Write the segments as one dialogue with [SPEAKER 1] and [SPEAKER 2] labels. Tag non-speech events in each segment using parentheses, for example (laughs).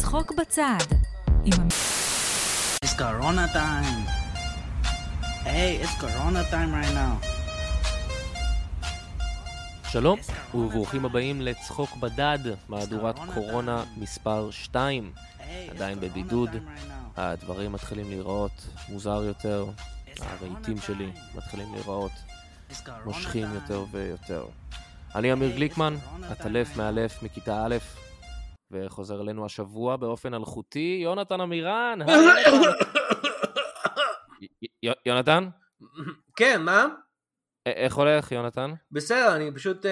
[SPEAKER 1] צחוק בצד, עם עמית
[SPEAKER 2] It's Corona time. Hey, it's Corona time right now.
[SPEAKER 3] שלום, וברוכים הבאים לצחוק בדד, מהדורת קורונה מספר 2.
[SPEAKER 2] Hey, it's
[SPEAKER 3] עדיין
[SPEAKER 2] Corona
[SPEAKER 3] בבידוד.
[SPEAKER 2] time right now.
[SPEAKER 3] הדברים מתחילים להיראות מוזר יותר, הרהיטים שלי מתחילים להיראות
[SPEAKER 2] It's Corona
[SPEAKER 3] מושכים
[SPEAKER 2] time.
[SPEAKER 3] יותר ויותר. אני אמיר גליקמן, עטלף מאלף מכיתה א', וחוזר אלינו השבוע באופן אלחוטי, יונתן עמירן! היי, יונתן. י- י- יונתן?
[SPEAKER 4] כן, מה?
[SPEAKER 3] א- איך הולך, יונתן?
[SPEAKER 4] בסדר, אני פשוט אה,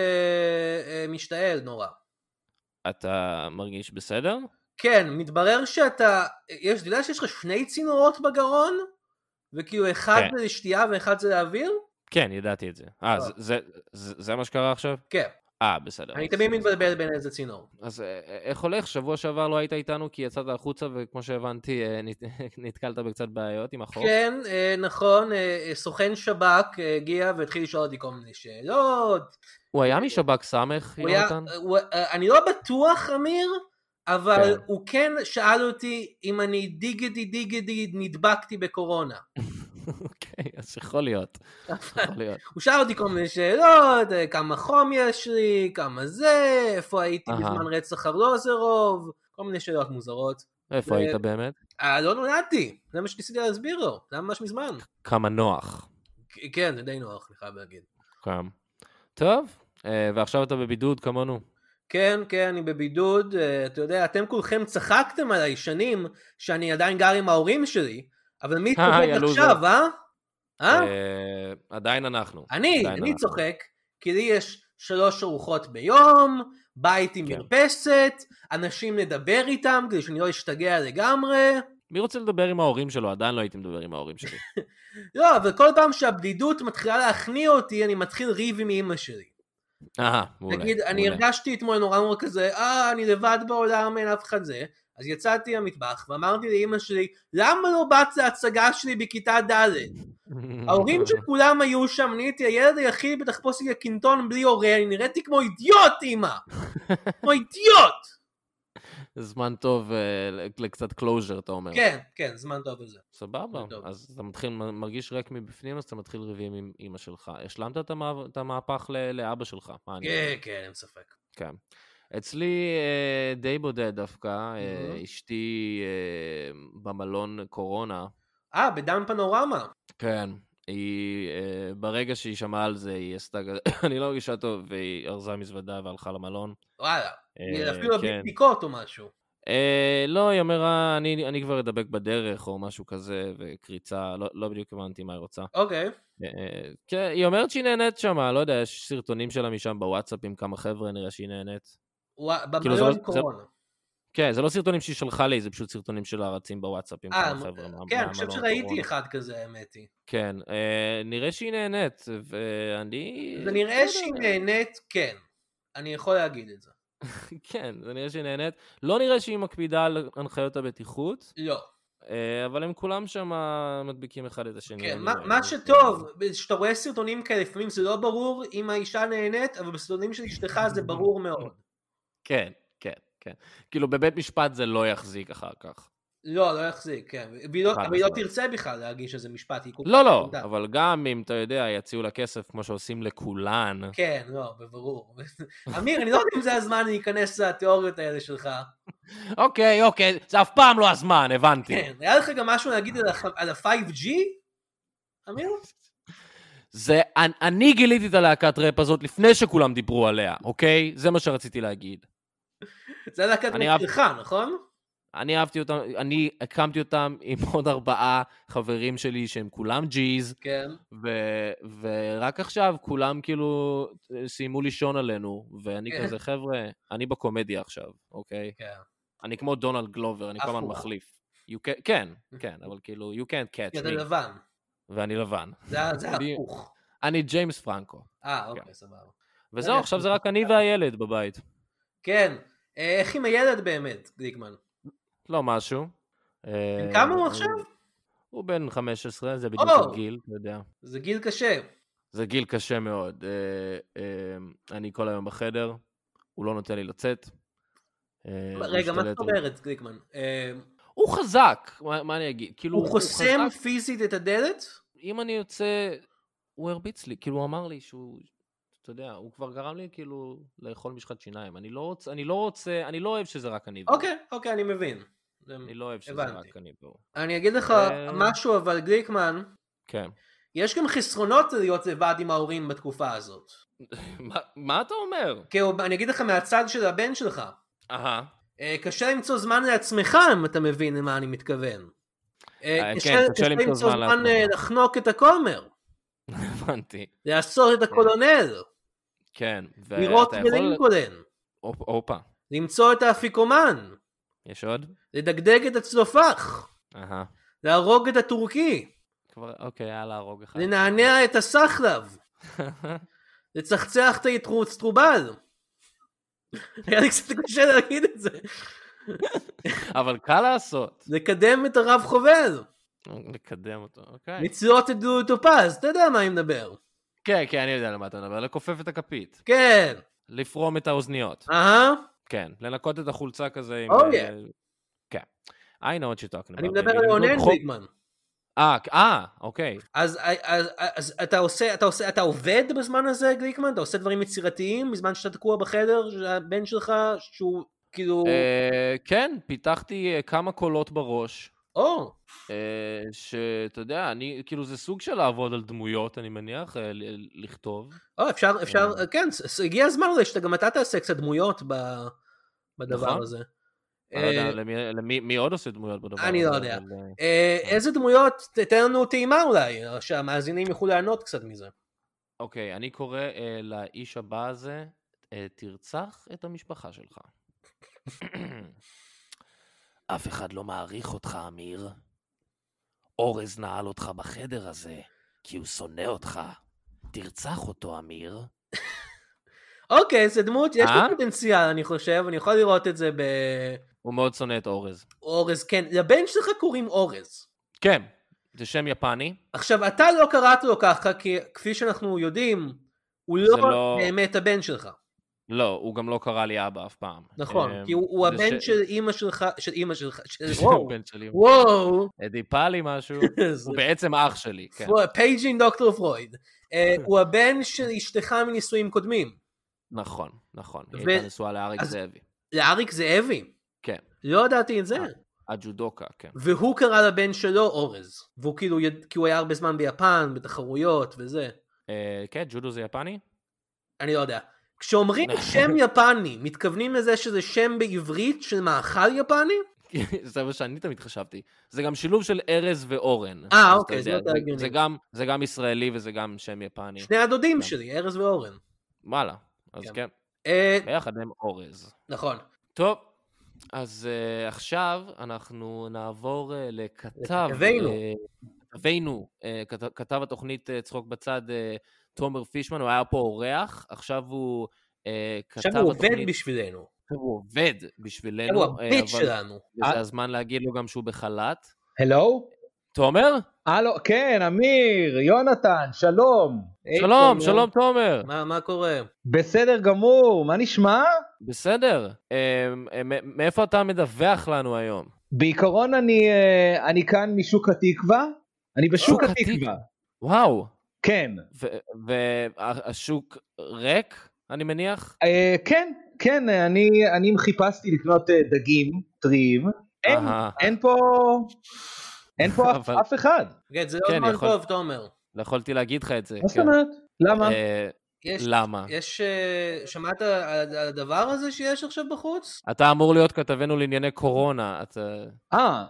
[SPEAKER 4] אה, משתעל נורא.
[SPEAKER 3] אתה מרגיש בסדר?
[SPEAKER 4] כן, מתברר שאתה, יש, אתה יודע שיש לך שני צינורות בגרון? וכאילו אחד
[SPEAKER 3] כן.
[SPEAKER 4] זה לשתייה ואחד זה לאוויר?
[SPEAKER 3] כן, ידעתי את זה. אה, זה- זה- זה זה מה שקרה עכשיו?
[SPEAKER 4] כן,
[SPEAKER 3] אה, בסדר.
[SPEAKER 4] אני
[SPEAKER 3] אז- נכון.
[SPEAKER 4] תמיד
[SPEAKER 3] אז-
[SPEAKER 4] מתבלבל בין איזה צינור.
[SPEAKER 3] אז אה, איך הולך? שבוע שעבר לא היית איתנו כי יצאת החוצה, וכמו שהבנתי, אה, נת- (laughs) נתקלת בקצת בעיות עם החוק.
[SPEAKER 4] כן, אה, נכון, אה, אה, סוכן שב"כ אה, הגיע והתחיל לשאול אותי כל מיני שאלות.
[SPEAKER 3] הוא היה משב"כ סמך,
[SPEAKER 4] הוא היה-
[SPEAKER 3] יונתן? (laughs)
[SPEAKER 4] הוא- אה, אני לא בטוח, אמיר, אבל
[SPEAKER 3] כן.
[SPEAKER 4] הוא כן שאל אותי אם אני דיגדי דיגדי נדבקתי בקורונה.
[SPEAKER 3] אוקיי, אז יכול להיות.
[SPEAKER 4] (laughs)
[SPEAKER 3] יכול להיות.
[SPEAKER 4] הוא שאל אותי כל מיני שאלות, אה, כמה חום יש לי, כמה זה, איפה הייתי
[SPEAKER 3] אהה.
[SPEAKER 4] בזמן רצח ארלוזרוב, כל מיני שאלות מוזרות.
[SPEAKER 3] איפה היית באמת?
[SPEAKER 4] אה, לא נולדתי, זה מה שניסיתי להסביר לו, זה היה ממש מזמן.
[SPEAKER 3] כמה נוח.
[SPEAKER 4] כ- כן, זה די נוח, אני חייב להגיד.
[SPEAKER 3] גם. טוב, אה, ועכשיו אתה בבידוד כמונו.
[SPEAKER 4] כן, כן, אני בבידוד, אה, אתה יודע, אתם כולכם צחקתם עליי שנים שאני עדיין גר עם ההורים שלי, אבל מי
[SPEAKER 3] אה, יא
[SPEAKER 4] צוחק עכשיו,
[SPEAKER 3] לוזר.
[SPEAKER 4] אה? אה?
[SPEAKER 3] אה, עדיין אנחנו.
[SPEAKER 4] אני,
[SPEAKER 3] עדיין
[SPEAKER 4] אני
[SPEAKER 3] אנחנו.
[SPEAKER 4] צוחק, כי לי יש שלוש ארוחות ביום, בית עם
[SPEAKER 3] כן.
[SPEAKER 4] מרפסת, אנשים לדבר איתם כדי שאני לא אשתגע לגמרי.
[SPEAKER 3] מי רוצה לדבר עם ההורים שלו? עדיין לא הייתי מדבר עם ההורים
[SPEAKER 4] (laughs)
[SPEAKER 3] שלי.
[SPEAKER 4] לא, אבל כל פעם שהבדידות מתחילה להכניע אותי, אני מתחיל ריב עם אימא שלי.
[SPEAKER 3] אה, מעולה.
[SPEAKER 4] נגיד, אני
[SPEAKER 3] מעולה.
[SPEAKER 4] הרגשתי אתמול נורא נורא כזה, אה, אני לבד בעולם, אין אף אחד זה. אז יצאתי למטבח ואמרתי לאימא שלי, למה לא באת להצגה שלי בכיתה ד'?
[SPEAKER 3] Mm-hmm. (laughs)
[SPEAKER 4] ההורים של כולם היו שם, אני הייתי הילד היחיד בתחפושת הקינטון בלי הורה, אני נראיתי כמו אידיוט, אימא!
[SPEAKER 3] (laughs)
[SPEAKER 4] כמו אידיוט!
[SPEAKER 3] זמן טוב אה, ל- לקצת קלוז'ר, אתה אומר.
[SPEAKER 4] כן, כן, זמן טוב לזה.
[SPEAKER 3] סבבה,
[SPEAKER 4] טוב.
[SPEAKER 3] אז אתה מתחיל, מ- מרגיש ריק מבפנים, אז אתה מתחיל ריבים עם אימא שלך. השלמת את, המע... את המהפך ל... לאבא שלך, מה אני
[SPEAKER 4] כן,
[SPEAKER 3] אומר?
[SPEAKER 4] כן, אין ספק.
[SPEAKER 3] כן. אצלי אה, די בודד דווקא, אה,
[SPEAKER 4] מהמם.
[SPEAKER 3] אשתי אה, במלון קורונה,
[SPEAKER 4] אה, בדם פנורמה.
[SPEAKER 3] כן, היא, אה, ברגע שהיא שמעה על זה, היא עשתה כזה, (coughs) אני לא מרגישה טוב, והיא ארזה מזוודה והלכה למלון.
[SPEAKER 4] וואלה.
[SPEAKER 3] אה,
[SPEAKER 4] אפילו לא
[SPEAKER 3] כן.
[SPEAKER 4] בלי בדיקות או משהו.
[SPEAKER 3] אה, לא, היא אמרה, אני, אני כבר אדבק בדרך, או משהו כזה, וקריצה, לא, לא בדיוק הבנתי מה היא רוצה.
[SPEAKER 4] אוקיי.
[SPEAKER 3] אה, כן, היא אומרת שהיא נהנית שם, לא יודע, יש סרטונים שלה משם בוואטסאפ עם כמה חבר'ה, נראה שהיא נהנית.
[SPEAKER 4] ווא-
[SPEAKER 3] כאילו זה
[SPEAKER 4] במלון
[SPEAKER 3] לא-
[SPEAKER 4] קורונה.
[SPEAKER 3] כן, זה לא סרטונים שהיא שלחה לי, זה פשוט סרטונים שלה רצים בוואטסאפ עם
[SPEAKER 4] אה,
[SPEAKER 3] כמה חבר'ה. מה- לא
[SPEAKER 4] כן, אני
[SPEAKER 3] מהמלון
[SPEAKER 4] חושב
[SPEAKER 3] הקורונה.
[SPEAKER 4] שראיתי אחד כזה, האמת היא.
[SPEAKER 3] כן, אה, נראה שהיא נהנית, ואני...
[SPEAKER 4] זה נראה
[SPEAKER 3] אה, בסדר. (laughs)
[SPEAKER 4] שהיא נהנית, כן. אני יכול להגיד את זה.
[SPEAKER 3] כן, זה נראה שהיא נהנית. לא נראה שהיא מקפידה על הנחיות הבטיחות,
[SPEAKER 4] לא.
[SPEAKER 3] אה, אבל הם כולם שם מדביקים אחד את השני.
[SPEAKER 4] כן,
[SPEAKER 3] אני לא
[SPEAKER 4] מה,
[SPEAKER 3] רואה.
[SPEAKER 4] מה שטוב, כשאתה רואה סרטונים כאלה, לפעמים זה לא ברור אם האישה נהנית, אבל בסרטונים של אשתך זה ברור מאוד.
[SPEAKER 3] כן, כן, כן. כאילו, בבית משפט זה לא יחזיק אחר כך.
[SPEAKER 4] לא, לא יחזיק, כן. והיא לא,
[SPEAKER 3] חד
[SPEAKER 4] אבל היא לא
[SPEAKER 3] משמעית.
[SPEAKER 4] תרצה בכלל להגיש איזה משפט עיכוב.
[SPEAKER 3] לא, לא,
[SPEAKER 4] תודה.
[SPEAKER 3] אבל גם אם, אתה יודע, יציעו לה כסף כמו שעושים לכולן.
[SPEAKER 4] כן, לא, בברור. (laughs) אמיר, אני לא יודע אם זה הזמן להיכנס לתיאוריות האלה שלך.
[SPEAKER 3] אוקיי, אוקיי, זה אף פעם לא הזמן, הבנתי.
[SPEAKER 4] כן, היה לך גם משהו להגיד על הח- על ה-5G? אמיר?
[SPEAKER 3] זה, אני- אני גיליתי את הלהקת ראפ הזאת לפני שכולם דיברו עליה, אוקיי? זה מה שרציתי להגיד.
[SPEAKER 4] זה היה להקת
[SPEAKER 3] אני
[SPEAKER 4] רוק
[SPEAKER 3] אהב-
[SPEAKER 4] שלך, נכון?
[SPEAKER 3] אני אהבתי אותם, אני הקמתי אותם עם (laughs) עוד ארבעה חברים שלי שהם כולם ג'יז,
[SPEAKER 4] כן.
[SPEAKER 3] ו- ורק עכשיו כולם כאילו סיימו לישון עלינו, ואני
[SPEAKER 4] כן.
[SPEAKER 3] כזה, חבר'ה, אני בקומדיה עכשיו, אוקיי?
[SPEAKER 4] כן.
[SPEAKER 3] אני כמו דונלד גלובר, אני כל הזמן
[SPEAKER 4] אפורה.
[SPEAKER 3] מחליף. You can,
[SPEAKER 4] (laughs)
[SPEAKER 3] כן, כן, אבל כאילו, you can't catch
[SPEAKER 4] כי כן, אתה
[SPEAKER 3] me,
[SPEAKER 4] לבן.
[SPEAKER 3] ואני לבן.
[SPEAKER 4] זה ה- זה
[SPEAKER 3] אני- כן.
[SPEAKER 4] הפוך.
[SPEAKER 3] אני ג'יימס פרנקו.
[SPEAKER 4] אה, אוקיי, סבבה.
[SPEAKER 3] וזהו,
[SPEAKER 4] רגע,
[SPEAKER 3] עכשיו זה
[SPEAKER 4] שנייה.
[SPEAKER 3] רק אני והילד בבית.
[SPEAKER 4] כן. אה, איך עם הילד באמת, גליקמן?
[SPEAKER 3] לא משהו. אה,
[SPEAKER 4] כמה הוא עכשיו?
[SPEAKER 3] הוא בן 15, זה בדיוק
[SPEAKER 4] או.
[SPEAKER 3] הגיל, אתה יודע.
[SPEAKER 4] זה גיל קשה.
[SPEAKER 3] זה גיל קשה מאוד. אה, אה, אני כל היום בחדר, הוא לא נותן לי לצאת. אה,
[SPEAKER 4] רגע, מה
[SPEAKER 3] להשתלט
[SPEAKER 4] זאת
[SPEAKER 3] על-
[SPEAKER 4] אומרת, גליקמן? אה,
[SPEAKER 3] הוא חזק, מה מה אני אגיד? כאילו,
[SPEAKER 4] הוא חוסם
[SPEAKER 3] חזק.
[SPEAKER 4] פיזית את הדלת?
[SPEAKER 3] אם אני יוצא, הוא הרביץ לי, כאילו, הוא אמר לי שהוא, אתה יודע, הוא כבר גרם לי כאילו לאכול משחת שיניים. אני לא רוצה, אני לא רוצה, אני לא אוהב שזה רק אני והוא.
[SPEAKER 4] אוקיי, אוקיי, אני מבין. זה-
[SPEAKER 3] אני לא אוהב שזה
[SPEAKER 4] הבנתי.
[SPEAKER 3] רק אני והוא.
[SPEAKER 4] אני אגיד לך
[SPEAKER 3] אה.
[SPEAKER 4] משהו, אבל גליקמן,
[SPEAKER 3] כן.
[SPEAKER 4] יש גם חסרונות להיות לבד עם ההורים בתקופה הזאת.
[SPEAKER 3] מה- מה אתה אומר?
[SPEAKER 4] כי הוא- אני אגיד לך מהצד של הבן שלך,
[SPEAKER 3] אהה. (laughs)
[SPEAKER 4] אה, קשה למצוא זמן לעצמך אם אתה מבין למה אני מתכוון. אה,
[SPEAKER 3] אה, כן, קשה למצוא זמן
[SPEAKER 4] זמן אה,
[SPEAKER 3] לעצמך.
[SPEAKER 4] לחנוק את הכומר,
[SPEAKER 3] הבנתי.
[SPEAKER 4] לעשות את הקולונל,
[SPEAKER 3] כן. ואתה
[SPEAKER 4] לראות
[SPEAKER 3] יכול-
[SPEAKER 4] בלינקולן,
[SPEAKER 3] הופ- הופה.
[SPEAKER 4] למצוא את האפיקומן,
[SPEAKER 3] יש עוד?
[SPEAKER 4] לדגדג את הצלופח,
[SPEAKER 3] אהה.
[SPEAKER 4] להרוג את הטורקי,
[SPEAKER 3] כבר, אוקיי, היה להרוג אחד.
[SPEAKER 4] לנענע את הסחלב, (laughs) לצחצח את היתרוצטרובל. היה לי קצת קשה להגיד את זה.
[SPEAKER 3] אבל קל לעשות.
[SPEAKER 4] לקדם את הרב חובל,
[SPEAKER 3] לקדם אותו,
[SPEAKER 4] כן.
[SPEAKER 3] אוקיי.
[SPEAKER 4] לצלות את דודו טופז, אתה יודע מה אני מדבר.
[SPEAKER 3] כן, כן, אני יודע למה אתה מדבר. לכופף את הכפית.
[SPEAKER 4] כן,
[SPEAKER 3] לפרום את האוזניות.
[SPEAKER 4] אהה.
[SPEAKER 3] כן. לנקות את החולצה כזה עם...
[SPEAKER 4] Oh,
[SPEAKER 3] אה,
[SPEAKER 4] yeah.
[SPEAKER 3] כן. I know what you're talking about.
[SPEAKER 4] אני מדבר
[SPEAKER 3] baby.
[SPEAKER 4] על רונן
[SPEAKER 3] חוק-
[SPEAKER 4] גליקמן.
[SPEAKER 3] אה, אה, אוקיי.
[SPEAKER 4] אז, אה, אז, אז אתה עושה, אתה עושה, אתה עובד בזמן הזה גליקמן? אתה עושה דברים יצירתיים בזמן שאתה תקוע בחדר, שהבן שלך, שהוא כאילו,
[SPEAKER 3] אה, כן, פיתחתי אה, כמה קולות בראש.
[SPEAKER 4] או,
[SPEAKER 3] אה, שאתה יודע, אני, כאילו זה סוג של לעבוד על דמויות, אני מניח, אה, ל- לכתוב.
[SPEAKER 4] או, אפשר, אפשר,
[SPEAKER 3] אה.
[SPEAKER 4] כן, ס- ס- הגיע הזמן אולי שאתה גם אתה תעשה קצת דמויות ב- בדבר
[SPEAKER 3] נכון.
[SPEAKER 4] הזה.
[SPEAKER 3] אני לא
[SPEAKER 4] אה,
[SPEAKER 3] יודע, למי- למי מי עוד עושה דמויות בדבר הזה.
[SPEAKER 4] אני לא יודע.
[SPEAKER 3] אבל, אה,
[SPEAKER 4] אה, איזה דמויות, תתן לנו טעימה אולי, שהמאזינים יוכלו ליהנות קצת מזה.
[SPEAKER 3] אוקיי, אני קורא אה, לאיש הבא הזה, אה, תרצח את המשפחה שלך. אף אחד לא מעריך אותך, אמיר. אורז נעל אותך בחדר הזה, כי הוא שונא אותך. תרצח אותו, אמיר.
[SPEAKER 4] אוקיי, זו דמות, יש
[SPEAKER 3] אה?
[SPEAKER 4] לה פוטנציאל, אני חושב, אני יכול לראות את זה
[SPEAKER 3] הוא מאוד שונא את אורז.
[SPEAKER 4] באורז, כן, לבן שלך קוראים אורז.
[SPEAKER 3] כן, זה שם יפני.
[SPEAKER 4] עכשיו, אתה לא קראת לו ככה, כי כפי שאנחנו יודעים, הוא
[SPEAKER 3] זה
[SPEAKER 4] לא,
[SPEAKER 3] לא-
[SPEAKER 4] באמת הבן שלך.
[SPEAKER 3] לא, הוא גם לא קרא לי אבא אף פעם.
[SPEAKER 4] נכון,
[SPEAKER 3] אמ,
[SPEAKER 4] כי הוא, הוא
[SPEAKER 3] זה
[SPEAKER 4] הבן
[SPEAKER 3] ש- (laughs)
[SPEAKER 4] של אימא שלך, של אימא שלך, של...
[SPEAKER 3] של
[SPEAKER 4] וואו,
[SPEAKER 3] הבן שלי. (laughs)
[SPEAKER 4] וואו,
[SPEAKER 3] דיפה לי
[SPEAKER 4] (laughs)
[SPEAKER 3] משהו.
[SPEAKER 4] זה-
[SPEAKER 3] הוא בעצם אח שלי, כן.
[SPEAKER 4] וואו, פייג'ין דוקטור פרויד.
[SPEAKER 3] (laughs)
[SPEAKER 4] אה, הוא הבן של אשתך מנישואים קודמים,
[SPEAKER 3] נכון, נכון. היא
[SPEAKER 4] ו-
[SPEAKER 3] הייתה נשואה לאריק
[SPEAKER 4] אז-
[SPEAKER 3] זאבי.
[SPEAKER 4] לאריק זאבי.
[SPEAKER 3] כן.
[SPEAKER 4] לא ידעתי את זה.
[SPEAKER 3] אה. הג'ודוקה, כן.
[SPEAKER 4] והוא קרא לבן שלו אורז. והוא כאילו, יד- כי הוא היה הרבה זמן ביפן, בתחרויות וזה.
[SPEAKER 3] אה, כן, ג'ודו זה יפני?
[SPEAKER 4] אני לא יודע. כשאומרים שם יפני, מתכוונים לזה שזה שם בעברית של מאכל יפני?
[SPEAKER 3] (laughs) זה מה שאני תמיד חשבתי. זה גם שילוב של ארז ואורן. אז
[SPEAKER 4] אה,
[SPEAKER 3] אתה
[SPEAKER 4] אוקיי, זה
[SPEAKER 3] יודע,
[SPEAKER 4] יותר הגיוני.
[SPEAKER 3] זה גם- זה גם ישראלי וזה גם שם יפני.
[SPEAKER 4] שני הדודים
[SPEAKER 3] כן.
[SPEAKER 4] שלי, ארז ואורן.
[SPEAKER 3] וואלה, אז
[SPEAKER 4] כן.
[SPEAKER 3] כן,
[SPEAKER 4] אה,
[SPEAKER 3] ביחד הם אורז.
[SPEAKER 4] נכון.
[SPEAKER 3] טוב, אז אה, עכשיו אנחנו נעבור אה, לכתב...
[SPEAKER 4] לכתבנו.
[SPEAKER 3] אה, כתבנו, אה, כת- כתב התוכנית אה, צחוק בצד, אה, תומר פישמן, הוא היה פה אורח, עכשיו הוא אה, כתב
[SPEAKER 4] עכשיו הוא עובד
[SPEAKER 3] התוכנית-
[SPEAKER 4] בשבילנו.
[SPEAKER 3] עכשיו הוא עובד
[SPEAKER 4] עכשיו
[SPEAKER 3] בשבילנו.
[SPEAKER 4] הוא
[SPEAKER 3] אה,
[SPEAKER 4] הביט
[SPEAKER 3] אבל-
[SPEAKER 4] שלנו.
[SPEAKER 3] וזה הזמן להגיד לו גם שהוא בחל"ת.
[SPEAKER 5] הלו?
[SPEAKER 3] תומר?
[SPEAKER 5] הלו, כן, אמיר, יונתן, שלום.
[SPEAKER 3] שלום, שלום תומר.
[SPEAKER 4] מה מה קורה?
[SPEAKER 5] בסדר גמור, מה נשמע?
[SPEAKER 3] בסדר. אה, אה, מ- מאיפה אתה מדווח לנו היום?
[SPEAKER 5] בעיקרון אני, אה, אני כאן משוק התקווה. אני בשוק
[SPEAKER 3] שוק
[SPEAKER 5] התקווה,
[SPEAKER 3] וואו.
[SPEAKER 5] כן.
[SPEAKER 3] והשוק ריק, אני מניח?
[SPEAKER 5] אה, כן, כן, אה, אני, אני חיפשתי לקנות אה, דגים טריים. אין,
[SPEAKER 3] אהה.
[SPEAKER 5] אין פה, אין פה אף,
[SPEAKER 3] אבל-
[SPEAKER 5] אף אחד.
[SPEAKER 4] כן, זה
[SPEAKER 3] כן,
[SPEAKER 4] לא זמן
[SPEAKER 3] יכול-
[SPEAKER 4] טוב, תומר.
[SPEAKER 3] לא יכולתי להגיד לך את זה.
[SPEAKER 5] מה זאת
[SPEAKER 3] כן.
[SPEAKER 5] אומרת? למה?
[SPEAKER 3] אה,
[SPEAKER 4] יש-
[SPEAKER 3] למה?
[SPEAKER 4] יש... אה, שמעת על על הדבר הזה שיש עכשיו בחוץ?
[SPEAKER 3] אתה אמור להיות כתבנו לענייני קורונה. אתה-
[SPEAKER 5] אה,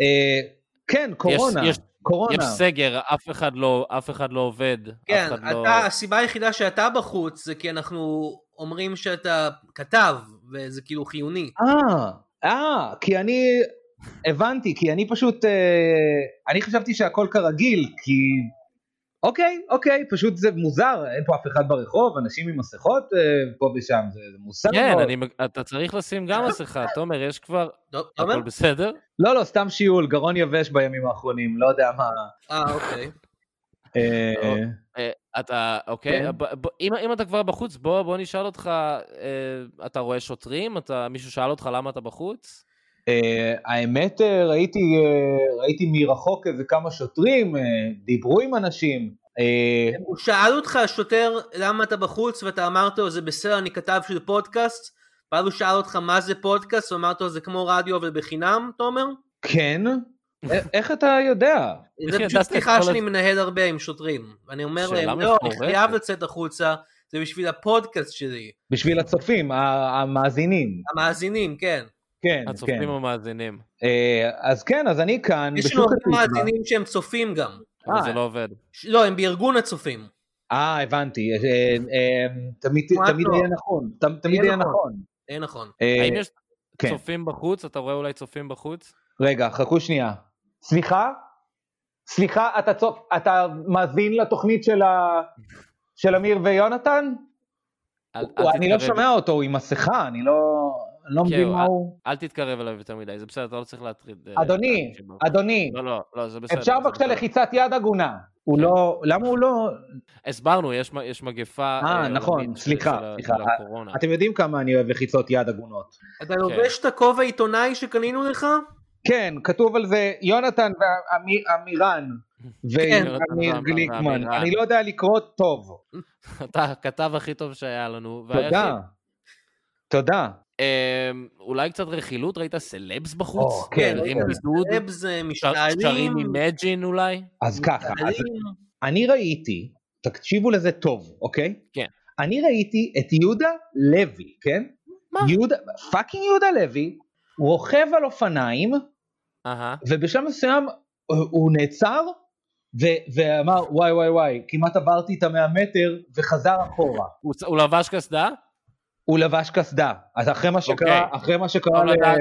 [SPEAKER 5] אה, כן, קורונה,
[SPEAKER 3] יש- יש
[SPEAKER 5] קורונה.
[SPEAKER 3] סגר, אף אחד לא- אף אחד לא עובד. אף
[SPEAKER 4] כן,
[SPEAKER 3] אחד לא-
[SPEAKER 4] אתה, הסיבה היחידה שאתה בחוץ זה כי אנחנו אומרים שאתה כתב, וזה כאילו חיוני.
[SPEAKER 5] אה, אה, כי אני הבנתי, כי אני פשוט, אה, אני חשבתי שהכל כרגיל, כי... אוקיי, אוקיי, פשוט זה מוזר, אין פה אף אחד ברחוב, אנשים עם מסכות אה, פה ושם, זה, זה מוזר
[SPEAKER 3] כן,
[SPEAKER 5] מאוד.
[SPEAKER 3] אני מג- אתה צריך לשים גם מסכה. תומר, יש כבר...
[SPEAKER 4] טוב, תומר?
[SPEAKER 3] הכל בסדר?
[SPEAKER 5] לא, לא, סתם שיעול, גרון יבש בימים האחרונים, לא יודע מה.
[SPEAKER 4] אה, אוקיי.
[SPEAKER 5] אה,
[SPEAKER 3] אה, אתה, אוקיי,
[SPEAKER 5] כן.
[SPEAKER 3] ב- ב- אם אם אתה כבר בחוץ, בוא בוא נשאל אותך, אה, אתה רואה שוטרים? אתה- מישהו שאל אותך למה אתה בחוץ?
[SPEAKER 5] אה, האמת, אה, ראיתי, אה, ראיתי מרחוק איזה כמה שוטרים, אה, דיברו עם אנשים. אה,
[SPEAKER 4] הוא שאל אותך השוטר למה אתה בחוץ ואתה אמרת לו זה בסדר אני כתב של פודקאסט ואז הוא שאל אותך מה זה פודקאסט ואמרת לו זה כמו רדיו אבל בחינם תומר?
[SPEAKER 3] (laughs)
[SPEAKER 5] כן? א- איך אתה יודע?
[SPEAKER 4] זה
[SPEAKER 3] איך
[SPEAKER 4] פשוט
[SPEAKER 3] ידעת את
[SPEAKER 4] שיחה
[SPEAKER 3] כל
[SPEAKER 4] שאני
[SPEAKER 3] הד-
[SPEAKER 4] מנהל הרבה עם שוטרים אני אומר
[SPEAKER 3] שאלה
[SPEAKER 4] להם לא אני
[SPEAKER 3] מפורטת."
[SPEAKER 4] חייב לצאת החוצה זה בשביל הפודקאסט שלי
[SPEAKER 5] בשביל הצופים, ה- המאזינים.
[SPEAKER 4] המאזינים כן
[SPEAKER 5] כן, כן.
[SPEAKER 3] הצופים המאזינים.
[SPEAKER 5] אה, אז כן, אז אני כאן
[SPEAKER 4] יש לנו
[SPEAKER 5] בשוק
[SPEAKER 4] הרבה
[SPEAKER 5] התקווה.
[SPEAKER 4] מאזינים שהם צופים גם
[SPEAKER 3] אבל
[SPEAKER 5] אה.
[SPEAKER 3] זה לא עובד.
[SPEAKER 4] ש- לא הם בארגון הצופים
[SPEAKER 5] אה, הבנתי. אה, אה, אה, תמיד
[SPEAKER 4] מה
[SPEAKER 5] תמיד
[SPEAKER 4] לא?
[SPEAKER 5] יהיה נכון. ת- תמיד יהיה
[SPEAKER 4] נכון.
[SPEAKER 5] נכון.
[SPEAKER 4] אה נכון
[SPEAKER 5] אה,
[SPEAKER 3] האם יש
[SPEAKER 5] כן.
[SPEAKER 3] צופים בחוץ? אתה רואה אולי צופים בחוץ?
[SPEAKER 5] רגע, חכו שנייה. סליחה? סליחה, אתה צופ... אתה מאזין לתוכנית של ה... של אמיר ויונתן?
[SPEAKER 3] אל- אל
[SPEAKER 5] הוא- אני לא
[SPEAKER 3] תתקרב.
[SPEAKER 5] שומע אותו, הוא עם מסכה, אני לא... אני לא
[SPEAKER 3] כן,
[SPEAKER 5] מבין
[SPEAKER 3] הוא-
[SPEAKER 5] מה הוא...
[SPEAKER 3] אל תתקרב אליו יותר מדי, זה בסדר, אתה לא צריך להטריד. אה,
[SPEAKER 5] אדוני,
[SPEAKER 3] אנשים.
[SPEAKER 5] אדוני,
[SPEAKER 3] לא, לא, לא, זה בסדר.
[SPEAKER 5] אפשר
[SPEAKER 3] זה
[SPEAKER 5] בבקשה
[SPEAKER 3] בסדר.
[SPEAKER 5] לחיצת יד הגונה. הוא
[SPEAKER 3] כן.
[SPEAKER 5] לא... למה הוא לא...
[SPEAKER 3] הסברנו, יש מ- יש מגפה. אה,
[SPEAKER 5] נכון,
[SPEAKER 3] עולמית של-
[SPEAKER 5] סליחה,
[SPEAKER 3] של ה-
[SPEAKER 5] סליחה.
[SPEAKER 3] של הקורונה.
[SPEAKER 5] אתם יודעים כמה אני אוהב לחיצות יד הגונות.
[SPEAKER 4] אתה לובש את הכובע העיתונאי שקנינו לך?
[SPEAKER 5] כן, כתוב על זה יונתן ואמירן. ואמיר
[SPEAKER 3] כן. יונתן
[SPEAKER 5] גליקמן.
[SPEAKER 3] ואמירן.
[SPEAKER 5] אני לא יודע לקרוא טוב.
[SPEAKER 3] אתה הכתב הכי טוב שהיה לנו.
[SPEAKER 5] תודה.
[SPEAKER 3] והיחיד.
[SPEAKER 5] תודה.
[SPEAKER 3] אה, אולי קצת רכילות, ראית סלבס בחוץ?
[SPEAKER 5] או, כן,
[SPEAKER 3] גרים
[SPEAKER 5] כן.
[SPEAKER 3] בידוד?
[SPEAKER 4] סלב זה
[SPEAKER 3] שר- שרים
[SPEAKER 4] משתעלים,
[SPEAKER 3] אימג'ין אולי?
[SPEAKER 5] אז ככה, אז
[SPEAKER 4] משתעלים.
[SPEAKER 5] אני ראיתי, תקשיבו לזה טוב, אוקיי?
[SPEAKER 3] כן.
[SPEAKER 5] אני ראיתי את יהודה לוי, כן?
[SPEAKER 3] מה?
[SPEAKER 5] יהודה, פאקינג יהודה לוי, רוכב על אופניים,
[SPEAKER 3] אהה.
[SPEAKER 5] ובשלב מסוים אה, הוא נעצר, ו- ואמר, וואי וואי וואי, כמעט עברתי את המאה מטר, וחזר אחורה.
[SPEAKER 3] הוא צ- הוא לבש קסדה?
[SPEAKER 5] הוא לבש קסדה. אז אחרי מה שקרה,
[SPEAKER 3] אוקיי.
[SPEAKER 5] אחרי מה שקרה
[SPEAKER 3] טוב
[SPEAKER 5] ל...
[SPEAKER 3] לדעת.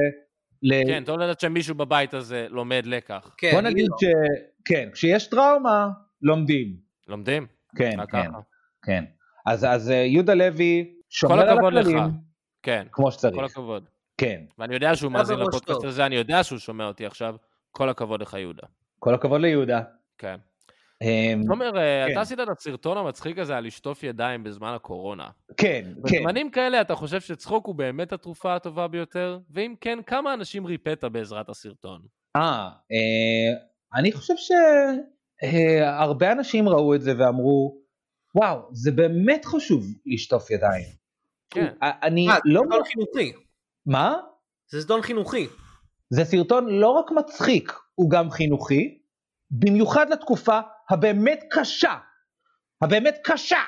[SPEAKER 5] ל-
[SPEAKER 3] כן, טוב לדעת שמישהו בבית הזה לומד לקח.
[SPEAKER 4] כן,
[SPEAKER 5] בוא נגיד ש...
[SPEAKER 3] כאילו.
[SPEAKER 5] כן, כשיש טראומה, לומדים.
[SPEAKER 3] לומדים?
[SPEAKER 5] כן,
[SPEAKER 3] רק
[SPEAKER 5] כן,
[SPEAKER 3] ככה.
[SPEAKER 5] כן. אז אז, אה, יהודה לוי שומר
[SPEAKER 3] כל
[SPEAKER 5] על
[SPEAKER 3] הכבוד לך.
[SPEAKER 5] הכללים.
[SPEAKER 3] כן,
[SPEAKER 5] כמו שצריך.
[SPEAKER 3] כל הכבוד.
[SPEAKER 5] כן.
[SPEAKER 3] ואני יודע שהוא
[SPEAKER 4] אתה
[SPEAKER 3] מאזין
[SPEAKER 4] בראש
[SPEAKER 3] לפודקאסט
[SPEAKER 4] טוב.
[SPEAKER 3] הזה, אני יודע שהוא שומע אותי עכשיו. כל הכבוד לך, יהודה.
[SPEAKER 5] כל הכבוד ליהודה.
[SPEAKER 3] כן.
[SPEAKER 5] אמ,
[SPEAKER 3] תומר, אה,
[SPEAKER 5] כן.
[SPEAKER 3] אתה עשית את הסרטון המצחיק הזה על לשטוף ידיים בזמן הקורונה.
[SPEAKER 5] כן, כן.
[SPEAKER 3] בזמנים כאלה אתה חושב שצחוק הוא באמת התרופה הטובה ביותר? ואם כן, כמה אנשים ריפאת בעזרת הסרטון?
[SPEAKER 5] אה, אה, אני חושב שהרבה אנשים ראו את זה ואמרו, וואו, זה באמת חשוב לשטוף ידיים.
[SPEAKER 3] כן.
[SPEAKER 5] אה, אני
[SPEAKER 4] אה, זה
[SPEAKER 5] לא...
[SPEAKER 4] סרטון חינוכי.
[SPEAKER 5] מה?
[SPEAKER 4] זה סרטון חינוכי.
[SPEAKER 5] זה סרטון לא רק מצחיק, הוא גם חינוכי, במיוחד לתקופה הבאמת קשה, הבאמת קשה,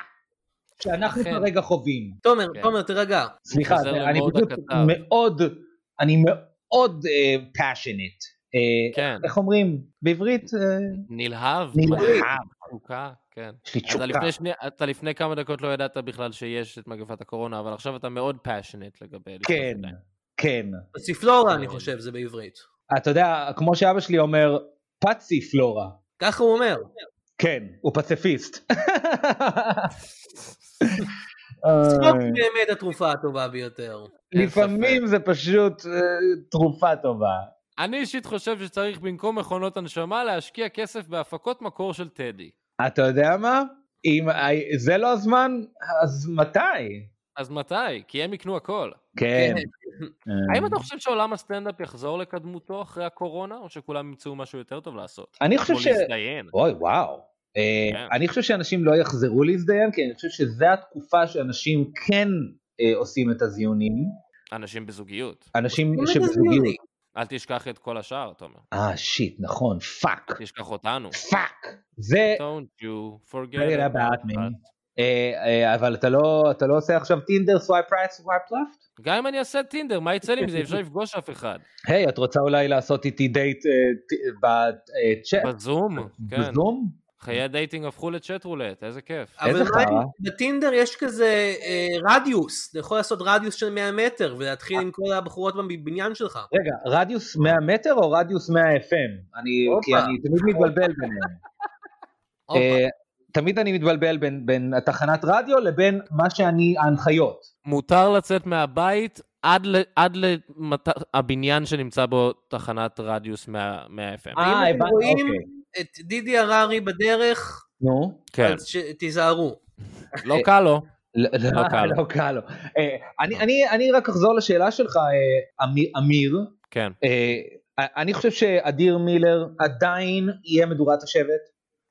[SPEAKER 5] שאנחנו
[SPEAKER 3] אכן.
[SPEAKER 5] כרגע חווים.
[SPEAKER 4] תומר,
[SPEAKER 3] כן.
[SPEAKER 4] תומר, תירגע.
[SPEAKER 5] סליחה,
[SPEAKER 3] חוזר
[SPEAKER 5] אני
[SPEAKER 3] למוד
[SPEAKER 5] פשוט
[SPEAKER 3] הכתב.
[SPEAKER 5] מאוד, אני מאוד פאשונט.
[SPEAKER 3] כן.
[SPEAKER 5] איך אומרים? בעברית אה,
[SPEAKER 3] נלהב?
[SPEAKER 5] נלהב.
[SPEAKER 3] תשוקה? כן.
[SPEAKER 5] יש לי
[SPEAKER 3] אתה
[SPEAKER 5] תשוקה.
[SPEAKER 3] לפני, שני, אתה לפני כמה דקות לא ידעת בכלל שיש את מגפת הקורונה, אבל עכשיו אתה מאוד passionate לגבי... לשטוף
[SPEAKER 5] כן,
[SPEAKER 3] ידיים.
[SPEAKER 5] כן.
[SPEAKER 4] פסיפלורה, אני חושב, זה בעברית.
[SPEAKER 5] אתה יודע, כמו שאבא שלי אומר, פאצי פלורה.
[SPEAKER 4] ככה הוא אומר.
[SPEAKER 5] כן, הוא פציפיסט.
[SPEAKER 4] צחוק
[SPEAKER 3] כן,
[SPEAKER 4] הוא לא באמת התרופה הטובה ביותר.
[SPEAKER 3] אין
[SPEAKER 5] אה, לפעמים זה פשוט אה, תרופה טובה.
[SPEAKER 3] אני אישית חושב שצריך במקום מכונות הנשמה להשקיע כסף בהפקות מקור של טדי.
[SPEAKER 5] אתה יודע מה? אם הי- זה לא הזמן, אז מתי?
[SPEAKER 3] אז מתי? כי הם יקנו הכל.
[SPEAKER 5] כן.
[SPEAKER 4] כן.
[SPEAKER 5] אה,
[SPEAKER 3] האם אתה חושב שעולם הסטנדאפ יחזור לקדמותו אחרי הקורונה, או שכולם ימצאו משהו יותר טוב לעשות?
[SPEAKER 5] אני חושב
[SPEAKER 3] כמו
[SPEAKER 5] ש...
[SPEAKER 3] להזדיין.
[SPEAKER 5] אוי וואו. אה,
[SPEAKER 3] כן.
[SPEAKER 5] אני חושב שאנשים לא יחזרו להזדיין, כי אני חושב שזו התקופה שאנשים כן אה, עושים את הזיונים.
[SPEAKER 3] אנשים בזוגיות.
[SPEAKER 5] אנשים
[SPEAKER 4] באמת
[SPEAKER 5] שבזוגיות.
[SPEAKER 4] הזיוני.
[SPEAKER 3] אל תשכח את כל השאר, תומר.
[SPEAKER 5] אה שיט, נכון, פאק.
[SPEAKER 4] כן.
[SPEAKER 3] תשכח אותנו.
[SPEAKER 5] פאק. זה...
[SPEAKER 3] Don't you
[SPEAKER 5] אה, Forget
[SPEAKER 3] forget
[SPEAKER 5] about
[SPEAKER 3] about
[SPEAKER 5] me.
[SPEAKER 3] us.
[SPEAKER 5] אה, אה, אבל אתה לא, אתה לא עושה עכשיו טינדר, סווייפ רייט, סווייפ לפט?
[SPEAKER 3] גם אם אני אעשה טינדר, מה יצא לי מזה? אי אפשר לפגוש אף אחד.
[SPEAKER 5] היי, את רוצה אולי לעשות איתי דייט אה, ט- בצ'אט?
[SPEAKER 3] בזום, כן.
[SPEAKER 5] בזום?
[SPEAKER 3] חיי הדייטינג הפכו לצ'אט רולט, איזה כיף.
[SPEAKER 4] אבל
[SPEAKER 5] איזה
[SPEAKER 4] מה
[SPEAKER 5] חרא.
[SPEAKER 4] אם- בטינדר יש כזה אה, רדיוס, אתה יכול לעשות רדיוס של 100 מטר ולהתחיל עם כל הבחורות בבניין שלך.
[SPEAKER 5] רגע, רדיוס 100 מטר או רדיוס 100 FM? אני, כי
[SPEAKER 4] הופה.
[SPEAKER 5] אני תמיד מתבלבל ביניהם.
[SPEAKER 4] (laughs) הופה.
[SPEAKER 5] אה, תמיד אני מתבלבל בין, בין התחנת רדיו לבין מה שאני, ההנחיות.
[SPEAKER 3] מותר לצאת מהבית עד ל- עד לבניין שנמצא בו תחנת רדיוס מה- מה-FM.
[SPEAKER 4] אם אתם
[SPEAKER 5] אה, הבנתי,
[SPEAKER 4] רואים-
[SPEAKER 5] אה, אוקיי.
[SPEAKER 4] את דידי הררי בדרך,
[SPEAKER 5] נו.
[SPEAKER 3] כן,
[SPEAKER 4] אז ש- תיזהרו.
[SPEAKER 3] לא קל לו.
[SPEAKER 5] לא
[SPEAKER 3] קל לו. לא.
[SPEAKER 5] לא קל לו. אה, אני- אני- אני רק אחזור לשאלה שלך, אה, אמיר- אמיר.
[SPEAKER 3] כן.
[SPEAKER 5] אה, אני חושב שאדיר מילר עדיין יהיה מדורת השבט.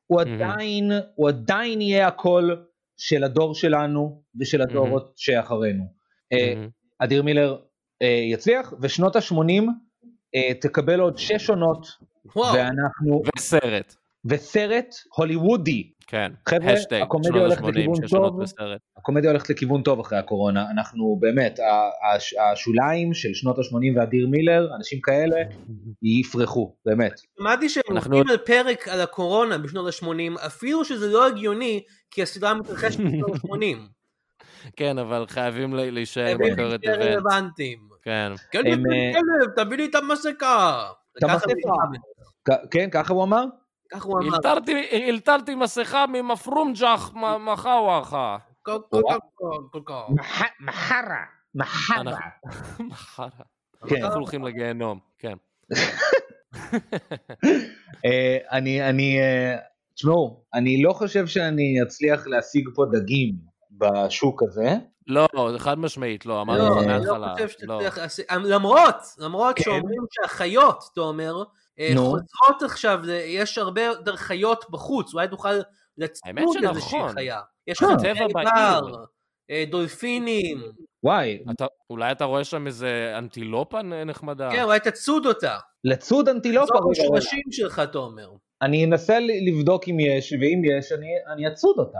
[SPEAKER 5] הוא
[SPEAKER 3] Mhm.
[SPEAKER 5] עדיין, הוא עדיין יהיה הקול של הדור שלנו ושל הדורות שאחרינו. אה,
[SPEAKER 3] מהמם.
[SPEAKER 5] אדיר מילר אה, יצליח, ושנות ה-80 תקבל עוד שש עונות,
[SPEAKER 4] וואו,
[SPEAKER 5] ואנחנו,
[SPEAKER 3] וסרט.
[SPEAKER 5] וסרט הוליוודי.
[SPEAKER 3] כן.
[SPEAKER 5] חבר'ה,
[SPEAKER 3] השטג,
[SPEAKER 5] הקומדיה
[SPEAKER 3] שנות
[SPEAKER 5] הולכת
[SPEAKER 3] ה-שמונים,
[SPEAKER 5] לכיוון
[SPEAKER 3] שש עונות
[SPEAKER 5] טוב.
[SPEAKER 3] בסרט.
[SPEAKER 5] הקומדיה הולכת לכיוון טוב אחרי הקורונה, אנחנו באמת, ה- הש- השוליים של שנות ה-80 ואדיר מילר, אנשים כאלה, יפרחו, באמת.
[SPEAKER 4] שמעתי שהם
[SPEAKER 3] אנחנו-
[SPEAKER 4] עובדים על פרק על הקורונה בשנות ה-80, אפילו שזה לא הגיוני, כי הסדרה מתרחשת בשנות
[SPEAKER 5] (laughs)
[SPEAKER 4] ה-80.
[SPEAKER 3] כן, אבל חייבים ל- להישאר
[SPEAKER 4] הם
[SPEAKER 3] בקורת
[SPEAKER 4] יותר
[SPEAKER 3] אבן.
[SPEAKER 4] רלוונטיים.
[SPEAKER 3] כן.
[SPEAKER 4] כן,
[SPEAKER 5] הם, אה,
[SPEAKER 4] כלב, תביא לי את המסכה.
[SPEAKER 5] את המסכה. כ- כן, ככה הוא אמר?
[SPEAKER 4] כך הוא אמר.
[SPEAKER 3] הילתרתי- הילתרתי מסכה ממפרומג'ח מ- מחאווחה.
[SPEAKER 4] קו, קו, קו, קו, קו.
[SPEAKER 5] מחרה. מחרה.
[SPEAKER 3] אנחנו- (laughs) מחרה.
[SPEAKER 5] כן.
[SPEAKER 4] לא.
[SPEAKER 3] אנחנו הולכים לגיהנום, כן.
[SPEAKER 5] אה, אני, אני, אה, תשמעו, אני לא חושב שאני אצליח להשיג פה דגים בשוק הזה.
[SPEAKER 3] לא, זה חד משמעית, לא, אמרנו
[SPEAKER 4] לא,
[SPEAKER 3] לך
[SPEAKER 4] אני
[SPEAKER 3] מההתחלה.
[SPEAKER 4] לא חושב
[SPEAKER 3] לא.
[SPEAKER 4] שצריך... לעשות- למרות, למרות
[SPEAKER 5] כן.
[SPEAKER 4] שאומרים שהחיות, תומר, אה,
[SPEAKER 5] נו.
[SPEAKER 4] חוזרות עכשיו, ל- יש הרבה יותר חיות בחוץ, אולי תוכל
[SPEAKER 3] האמת
[SPEAKER 4] לצפות איזושהי
[SPEAKER 3] שנכון.
[SPEAKER 4] חיה. יש
[SPEAKER 5] אה.
[SPEAKER 4] חצי
[SPEAKER 3] טבע
[SPEAKER 4] בר,
[SPEAKER 3] בעיר. אה.
[SPEAKER 4] אה, דולפינים,
[SPEAKER 5] וואי,
[SPEAKER 3] לא. אתה- אולי אתה רואה שם איזה אנטילופה נ- נחמדה?
[SPEAKER 4] כן, אולי תצוד אותה.
[SPEAKER 5] לצוד אנטילופה.
[SPEAKER 4] זו
[SPEAKER 5] רגע, רגע.
[SPEAKER 4] השורשים שלך, תומר.
[SPEAKER 5] אני אנסה ל- לבדוק אם יש, ואם יש, אני, אני אצוד אותה.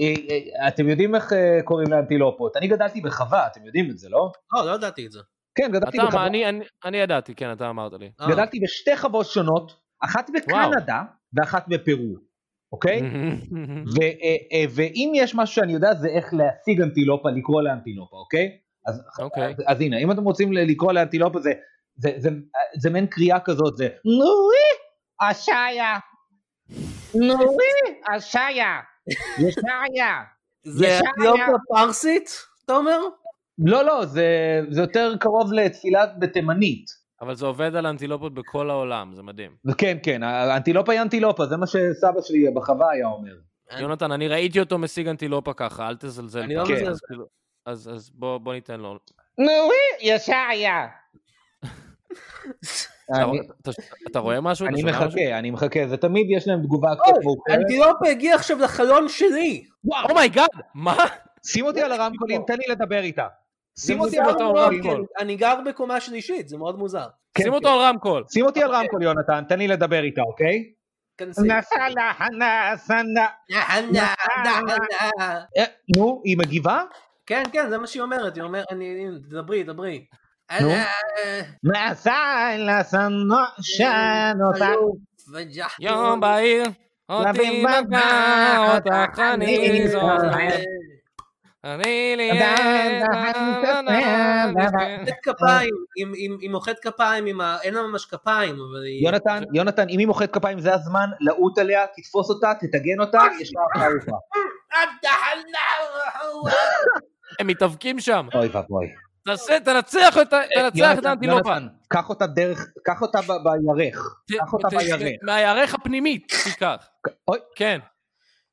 [SPEAKER 5] אה, אה, אתם יודעים איך אה, קוראים לאנטילופות? אני גדלתי בחווה, אתם יודעים את זה, לא?
[SPEAKER 4] לא, לא ידעתי את זה.
[SPEAKER 5] כן, גדלתי
[SPEAKER 3] אתה אמר,
[SPEAKER 5] בחווה.
[SPEAKER 3] אני- אני- אני ידעתי, כן, אתה אמרת לי.
[SPEAKER 4] אה,
[SPEAKER 5] גדלתי בשתי חוות שונות, אחת בקנדה ואחת בפרו, אוקיי?
[SPEAKER 3] Mm-hmm.
[SPEAKER 5] ו- אה, אה, ואם יש משהו שאני יודע זה איך להשיג אנטילופה, לקרוא לאנטילופה, אוקיי? אז,
[SPEAKER 3] אוקיי.
[SPEAKER 5] אז, אז הנה, אם אתם רוצים ל- לקרוא לאנטילופה זה, זה, זה, זה מעין קריאה כזאת, זה נורי אשיה, נורי אשיה,
[SPEAKER 3] (laughs)
[SPEAKER 5] ישעיה.
[SPEAKER 4] זה
[SPEAKER 5] ישר
[SPEAKER 4] אנטילופה פרסית, תומר?
[SPEAKER 5] לא, לא, זה, זה יותר קרוב לתפילה בתימנית.
[SPEAKER 3] (laughs) אבל זה עובד על אנטילופות בכל העולם, זה מדהים.
[SPEAKER 5] כן, כן, האנטילופה היא אנטילופה, זה מה שסבא שלי בחווה היה אומר.
[SPEAKER 4] אני-
[SPEAKER 3] יונתן, אני ראיתי אותו משיג אנטילופה ככה, אל תזלזל.
[SPEAKER 4] אני לא
[SPEAKER 3] בה.
[SPEAKER 5] מזלזל.
[SPEAKER 3] אז כאילו- אז אז בוא בוא ניתן לו.
[SPEAKER 5] נורי ישעיה.
[SPEAKER 3] אתה רוא- אתה- אתה רואה משהו? אתה
[SPEAKER 5] אני
[SPEAKER 3] שומע משהו?
[SPEAKER 5] מחכה, אני מחכה, זה תמיד יש להם תגובה
[SPEAKER 4] אוי,
[SPEAKER 5] קצת מאוחרת.
[SPEAKER 4] אנטילופה הגיע אוקיי. עכשיו לחלון שלי.
[SPEAKER 3] אומייגאד, Oh מה?
[SPEAKER 5] שים אותי על הרמקולים, תן לי לדבר איתה. שים אותי
[SPEAKER 4] זה
[SPEAKER 5] על
[SPEAKER 4] מוזר מאוד,
[SPEAKER 5] הרמקולים.
[SPEAKER 3] הרמקול.
[SPEAKER 4] כי אני גר בקומה שלישית, זה מאוד מוזר.
[SPEAKER 5] כן,
[SPEAKER 3] שים
[SPEAKER 5] כן.
[SPEAKER 3] אותו על רמקול.
[SPEAKER 5] שים אותי על רמקול, יונתן, תן לי לדבר איתה, אוקיי?
[SPEAKER 4] כנסי.
[SPEAKER 5] נסלה, הנה, סנה.
[SPEAKER 4] נענה, נענה.
[SPEAKER 5] אה, נו, היא מגיבה?
[SPEAKER 4] כן, כן, זה מה שהיא אומרת, היא אומרת, אני, הנה, דברי, דברי.
[SPEAKER 5] נו.
[SPEAKER 4] אה,
[SPEAKER 5] נסלה, סנה, שנותה.
[SPEAKER 4] אלוף, וג'חנו.
[SPEAKER 3] יום בהיר, אותי נגע, אותך אני
[SPEAKER 4] אה,
[SPEAKER 3] זוכר. אני ליאל.
[SPEAKER 4] מוחאת כפיים, עם- עם- היא מוחאת כפיים, עם ה- אין לה ממש כפיים, אבל היא...
[SPEAKER 5] יונתן, יונתן, אם היא מוחאת כפיים זה הזמן, לעוט עליה, תתפוס אותה, תטגן אותה, יש לה אחלה ארוחה.
[SPEAKER 3] הם מתאבקים שם.
[SPEAKER 5] אוי ואבוי.
[SPEAKER 3] אה. תעשה, תנצח אותה, תנצח את
[SPEAKER 5] יונתן,
[SPEAKER 3] האנטילופה.
[SPEAKER 5] יונתן, קח אותה דרך, קח אותה ב- בירך.
[SPEAKER 3] ת-
[SPEAKER 5] קח אותה
[SPEAKER 3] ת-
[SPEAKER 5] בירך.
[SPEAKER 3] מהירך הפנימית, תיקח.
[SPEAKER 5] אוי.
[SPEAKER 3] כן.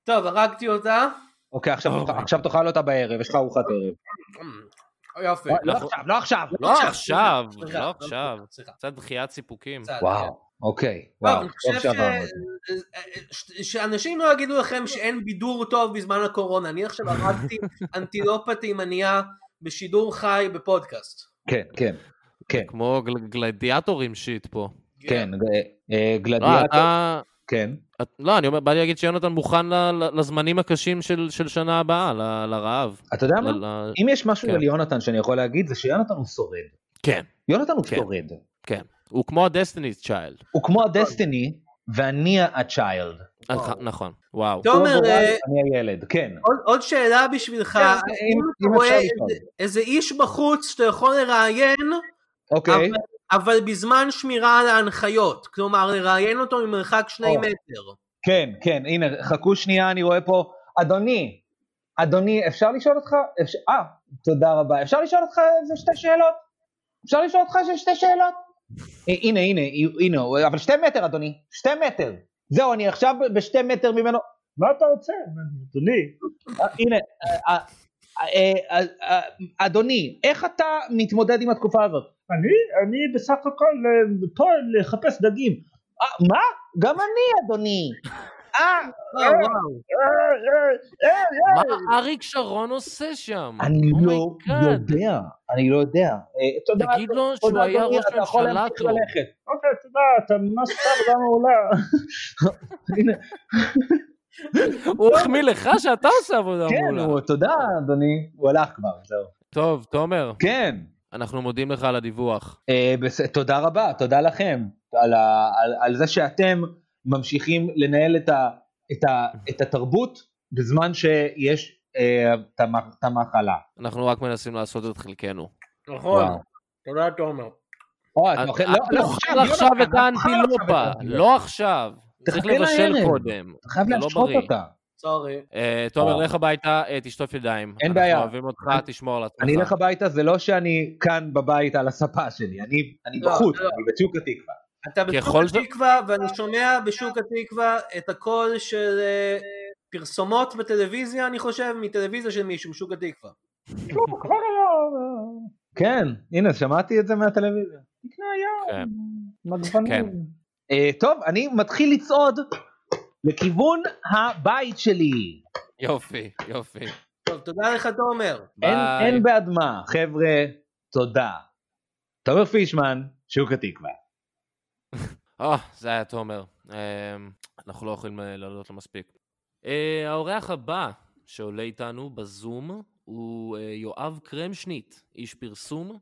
[SPEAKER 4] טוב, הרגתי אותה.
[SPEAKER 5] אוקיי, עכשיו
[SPEAKER 3] אוי.
[SPEAKER 5] תאכל- עכשיו תאכל אותה בערב, יש לך ארוחת ערב.
[SPEAKER 4] יופי. אה,
[SPEAKER 5] לא עכשיו, לא עכשיו.
[SPEAKER 3] לא עכשיו,
[SPEAKER 4] סליחה,
[SPEAKER 3] לא עכשיו.
[SPEAKER 4] סליחה,
[SPEAKER 3] קצת דחיית סיפוקים.
[SPEAKER 4] קצת, כן.
[SPEAKER 5] וואו, אוקיי,
[SPEAKER 4] וואו,
[SPEAKER 5] וואו,
[SPEAKER 4] אני
[SPEAKER 5] טוב
[SPEAKER 4] חושב
[SPEAKER 5] שעברנו את זה.
[SPEAKER 4] ש- אה, ש- שאנשים לא יגידו לכם שאין בידור טוב בזמן הקורונה. אני עכשיו הרגתי אנטילופה תימניה בשידור חי בפודקאסט.
[SPEAKER 5] כן, כן, כן,
[SPEAKER 3] כמו גל- גלדיאטורים שיט פה.
[SPEAKER 5] כן, אה, אה,
[SPEAKER 3] לא,
[SPEAKER 5] גלדיאטור,
[SPEAKER 3] אתה...
[SPEAKER 5] כן.
[SPEAKER 3] את- לא, אני אומר, בא לי להגיד שיונתן מוכן ל- ל- לזמנים הקשים של של שנה הבאה, ל- לרעב.
[SPEAKER 5] אתה יודע מה?
[SPEAKER 3] ל- ל-
[SPEAKER 5] אם יש משהו
[SPEAKER 3] לא, כן.
[SPEAKER 5] על יונתן שאני יכול להגיד, זה שיונתן הוא שורד.
[SPEAKER 3] כן,
[SPEAKER 5] יונתן הוא
[SPEAKER 3] כן.
[SPEAKER 5] שורד.
[SPEAKER 3] כן. הוא כמו הדסטיניס צ'יילד.
[SPEAKER 5] הוא כמו הדסטיני, ואני ה-child.
[SPEAKER 4] וואו.
[SPEAKER 3] נכון, וואו.
[SPEAKER 4] תומר,
[SPEAKER 5] הוא
[SPEAKER 4] אה,
[SPEAKER 5] אני הילד, כן.
[SPEAKER 4] עוד- עוד שאלה בשבילך.
[SPEAKER 5] כן,
[SPEAKER 4] האם
[SPEAKER 5] אם-
[SPEAKER 4] אתה
[SPEAKER 5] אם
[SPEAKER 4] רואה
[SPEAKER 5] אפשר
[SPEAKER 4] איזה-
[SPEAKER 5] לשאול.
[SPEAKER 4] איזה איש בחוץ שאתה יכול לראיין,
[SPEAKER 5] אוקיי,
[SPEAKER 4] אבל- אבל בזמן שמירה על ההנחיות. כלומר, לראיין אותו ממרחק שני
[SPEAKER 5] או.
[SPEAKER 4] מטר.
[SPEAKER 5] כן, כן, הנה, חכו שנייה, אני רואה פה, אדוני, אדוני, אפשר לשאול אותך, אפשר- אה, תודה רבה, אפשר לשאול אותך איזה שתי שאלות? אפשר לשאול אותך איזה שתי שאלות? אה, הנה, הנה, הנה, אבל שתי מטר, אדוני, שתי מטר. זהו, אני עכשיו בשתי מטר ממנו. מה אתה רוצה? אדוני. אה, הנה, אה, אה, אה, אה, אדוני, איך אתה מתמודד עם התקופה הזאת? אני, אני בסך הכל אה, פה לחפש דגים. אה, מה? גם אני, אדוני. אה,
[SPEAKER 4] וואו, וואו.
[SPEAKER 5] אה, אה, אה.
[SPEAKER 3] מה אריק שרון עושה שם?
[SPEAKER 5] אני
[SPEAKER 3] Oh my
[SPEAKER 5] לא
[SPEAKER 3] God.
[SPEAKER 5] יודע, אני לא יודע. אה, תודה,
[SPEAKER 3] תגיד לו
[SPEAKER 5] תודה,
[SPEAKER 3] שהוא היה
[SPEAKER 5] אדוני,
[SPEAKER 3] ראש
[SPEAKER 5] אתה יכול
[SPEAKER 3] ממשלה
[SPEAKER 5] להמשיך
[SPEAKER 3] טוב.
[SPEAKER 5] ללכת. אוקיי, תודה, אתה ממש סתם למה
[SPEAKER 3] (laughs)
[SPEAKER 5] עולה. הנה,
[SPEAKER 3] הוא החמיא לך שאתה עושה עבודה
[SPEAKER 5] כן,
[SPEAKER 3] מעולה.
[SPEAKER 5] הוא- תודה, אדוני. הוא הלך כבר, זהו.
[SPEAKER 3] טוב, תומר,
[SPEAKER 5] כן.
[SPEAKER 3] אנחנו מודים לך על הדיווח.
[SPEAKER 5] אה, בס... תודה רבה, תודה לכם על, ה... על... על זה שאתם ממשיכים לנהל את, ה... את, ה... את התרבות בזמן שיש אה, את המח- את המחלה.
[SPEAKER 3] אנחנו רק מנסים לעשות את חלקנו. אה,
[SPEAKER 4] נכון.
[SPEAKER 5] וואו.
[SPEAKER 4] תודה, תומר.
[SPEAKER 5] או,
[SPEAKER 3] אל
[SPEAKER 5] אתה אוכל- לא,
[SPEAKER 3] אל תאכל לא, עכשיו
[SPEAKER 5] יונתן,
[SPEAKER 3] את
[SPEAKER 5] אל תאכל
[SPEAKER 3] האנטילופה,
[SPEAKER 5] לא עכשיו את האנטילופה.
[SPEAKER 3] לא עכשיו. צריך
[SPEAKER 5] תחכה
[SPEAKER 3] לבשל
[SPEAKER 5] לערב.
[SPEAKER 3] קודם.
[SPEAKER 5] אתה חייב
[SPEAKER 3] זה לא
[SPEAKER 5] להשחוט
[SPEAKER 3] בריא.
[SPEAKER 5] אותה.
[SPEAKER 4] סורי.
[SPEAKER 3] אה, תומר,
[SPEAKER 5] וואו.
[SPEAKER 3] לך הביתה, אה, תשטוף ידיים.
[SPEAKER 5] אין בעיה.
[SPEAKER 3] אנחנו אוהבים אותך,
[SPEAKER 5] אני-
[SPEAKER 3] תשמור על עצמך.
[SPEAKER 5] אני אלך הביתה, זה לא שאני כאן בבית על הספה שלי, אני אני
[SPEAKER 4] לא,
[SPEAKER 5] בחוץ,
[SPEAKER 4] לא.
[SPEAKER 5] אני בשוק התקווה.
[SPEAKER 4] אתה בשוק
[SPEAKER 3] ככל ש-
[SPEAKER 4] התקווה, ואני שומע בשוק התקווה את הקול של אה, פרסומות בטלוויזיה, אני חושב, מטלוויזיה של מישהו בשוק התקווה.
[SPEAKER 5] כן, הנה, שמעתי את זה מהטלוויזיה. תקנה
[SPEAKER 3] כן. כן.
[SPEAKER 5] מגוונים. אה, טוב, אני מתחיל לצעוד לכיוון הבית שלי.
[SPEAKER 3] יופי, יופי.
[SPEAKER 4] טוב, תודה לך, תומר.
[SPEAKER 5] אין-
[SPEAKER 3] ביי.
[SPEAKER 5] אין בעד מה, חבר'ה, תודה. תומר פישמן, שוק התקווה.
[SPEAKER 3] אה, זה היה תומר. אה, אנחנו לא יכולים אה, להודות לו מספיק. אה, האורח הבא שעולה איתנו בזום הוא אה, יואב קרמשניט, איש פרסום,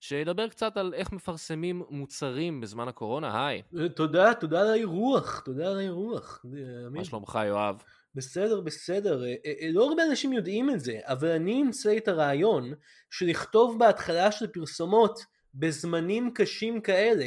[SPEAKER 3] שידבר קצת על איך מפרסמים מוצרים בזמן הקורונה. היי,
[SPEAKER 4] אה, תודה, תודה על האירוח, תודה על האירוח. אה, אמין.
[SPEAKER 3] מה שלומך יואב?
[SPEAKER 4] בסדר, בסדר. אה, אה, אה, לא הרבה אנשים יודעים את זה, אבל אני אמצא את הרעיון שלכתוב בהתחלה של פרסומות בזמנים קשים כאלה,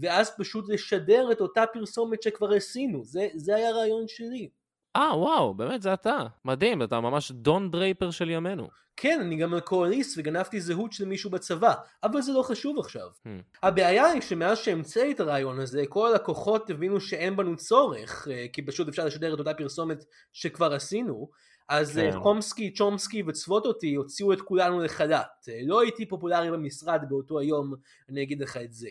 [SPEAKER 4] ואז פשוט לשדר את אותה פרסומת שכבר עשינו. זה, זה היה הרעיון שלי.
[SPEAKER 3] אה, וואו, באמת זה אתה. מדהים, אתה ממש דון דרייפר של ימינו.
[SPEAKER 4] כן, אני גם אלכוהוליסט וגנבתי זהות של מישהו בצבא, אבל זה לא חשוב עכשיו.
[SPEAKER 3] Hmm. (laughs)
[SPEAKER 4] הבעיה היא שמאז שהמצאתי את הרעיון הזה, כל הלקוחות הבינו שאין בנו צורך, אה, כי פשוט אפשר לשדר את אותה פרסומת שכבר עשינו, אז אה,
[SPEAKER 3] כן.
[SPEAKER 4] חומסקי, צ'ומסקי וצווטוטי הוציאו את כולנו לחל"ת. אה, לא הייתי פופולרי במשרד באותו היום, אני אגיד לך את זה.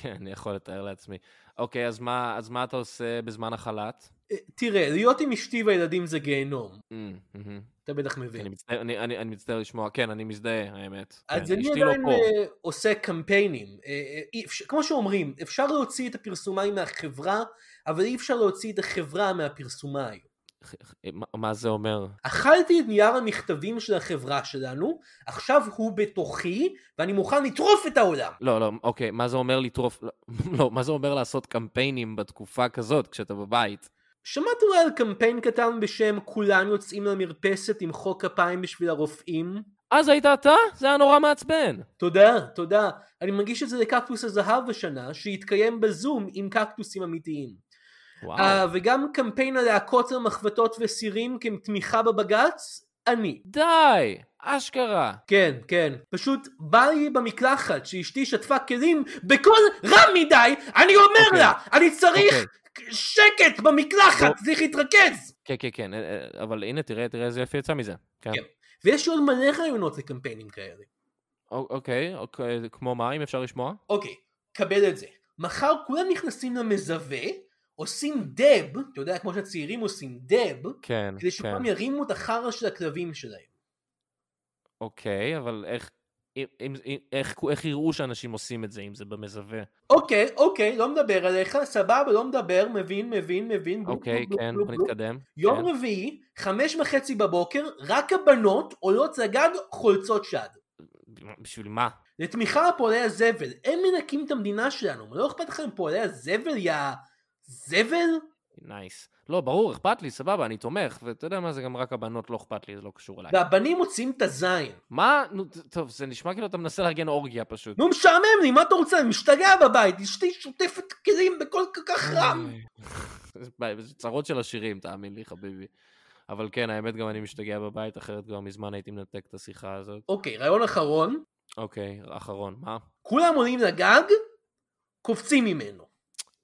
[SPEAKER 3] כן, אני יכול לתאר לעצמי. אוקיי, אז מה, אז מה אתה עושה בזמן החל"ת?
[SPEAKER 4] אה, תראה, להיות עם אשתי והילדים זה גיהנום,
[SPEAKER 3] אה, מהמם.
[SPEAKER 4] אתה בטח
[SPEAKER 3] אני
[SPEAKER 4] מבין.
[SPEAKER 3] מצטער- אני- אני אני מצטער לשמוע, כן, אני מזדהה, האמת.
[SPEAKER 4] אז
[SPEAKER 3] כן,
[SPEAKER 4] אני
[SPEAKER 3] אשתי לא
[SPEAKER 4] עדיין
[SPEAKER 3] פה.
[SPEAKER 4] אה, עושה קמפיינים. אה, אה, אי אפשר- כמו שאומרים, אפשר להוציא את הפרסומאי מהחברה, אבל אי אפשר להוציא את החברה מהפרסומאי.
[SPEAKER 3] אה, מה- מה זה אומר?
[SPEAKER 4] אכלתי את נייר המכתבים של החברה שלנו, עכשיו הוא בתוכי, ואני מוכן לטרוף את העולם.
[SPEAKER 3] לא, לא, אוקיי, מה זה אומר לטרוף, לא, (laughs) לא, מה זה אומר לעשות קמפיינים בתקופה כזאת, כשאתה בבית?
[SPEAKER 4] שמעת אולי על קמפיין קטן בשם כולם יוצאים למרפסת עם חוק כפיים בשביל הרופאים?
[SPEAKER 3] אז היית אתה? זה היה נורא מעצבן.
[SPEAKER 4] תודה, תודה. אני מגיש את זה לקקטוס הזהב השנה, שיתקיים בזום עם קקטוסים אמיתיים.
[SPEAKER 3] וואו.
[SPEAKER 4] אה, וגם קמפיין הלהקות למחבטות וסירים כתמיכה בבג"ץ, אני.
[SPEAKER 3] די, אשכרה.
[SPEAKER 4] כן, כן. פשוט בא לי במקלחת שאשתי שטפה כלים בקול רם מדי, אני אומר
[SPEAKER 3] אוקיי.
[SPEAKER 4] לה, אני צריך
[SPEAKER 3] אוקיי.
[SPEAKER 4] שקט במקלחת, צריך להתרכז.
[SPEAKER 3] כן, כן, כן, אה, אה, אבל הנה, תראה, תראה איזה יופי יצא מזה. כן.
[SPEAKER 4] כן. ויש לי עוד מלא רעיונות לקמפיינים כאלה.
[SPEAKER 3] א- אוקיי, אוקיי, כמו מה, אם אפשר לשמוע?
[SPEAKER 4] אוקיי, קבל את זה. מחר כולם נכנסים למזווה, עושים דב, אתה יודע, כמו שהצעירים עושים דב,
[SPEAKER 3] כן, כן.
[SPEAKER 4] כדי שכולם ירימו את החרא של הכלבים שלהם.
[SPEAKER 3] אוקיי, אבל איך... אם- אם- אם- איך, איך יראו שאנשים עושים את זה, אם זה במזווה?
[SPEAKER 4] אוקיי, אוקיי, לא מדבר עליך, סבבה, לא מדבר, מבין, מבין, מבין. בלופ,
[SPEAKER 3] אוקיי,
[SPEAKER 4] בלופ,
[SPEAKER 3] כן,
[SPEAKER 4] בלופ,
[SPEAKER 3] בוא
[SPEAKER 4] בלופ.
[SPEAKER 3] נתקדם.
[SPEAKER 4] יום
[SPEAKER 3] כן.
[SPEAKER 4] רביעי, חמש וחצי בבוקר, רק הבנות עולות לגג חולצות שד.
[SPEAKER 3] בשביל מה?
[SPEAKER 4] לתמיכה בפועלי הזבל, הם מנקים את המדינה שלנו, מה, לא אכפת לכם מפועלי הזבל, יא זבל?
[SPEAKER 3] נייס. לא, ברור, אכפת לי, סבבה, אני תומך, ואתה יודע מה, זה גם רק הבנות, לא אכפת לי, זה לא קשור אליי.
[SPEAKER 4] והבנים מוציאים את הזין.
[SPEAKER 3] מה? נו, ט- טוב, זה נשמע כאילו אתה מנסה לארגן אורגיה פשוט.
[SPEAKER 4] נו משעמם לי, מה אתה רוצה? אני משתגע בבית, אשתי שוטפת כלים בכל כל כך רם.
[SPEAKER 3] (laughs) זה בעיה, זה צרות של עשירים, תאמין לי, חביבי. אבל כן, האמת, גם אני משתגע בבית, אחרת כבר מזמן הייתי מנתק את השיחה הזאת.
[SPEAKER 4] אוקיי, רעיון אחרון,
[SPEAKER 3] אוקיי, אחרון, מה?
[SPEAKER 4] כולם עולים לגג, קופצים ממנו.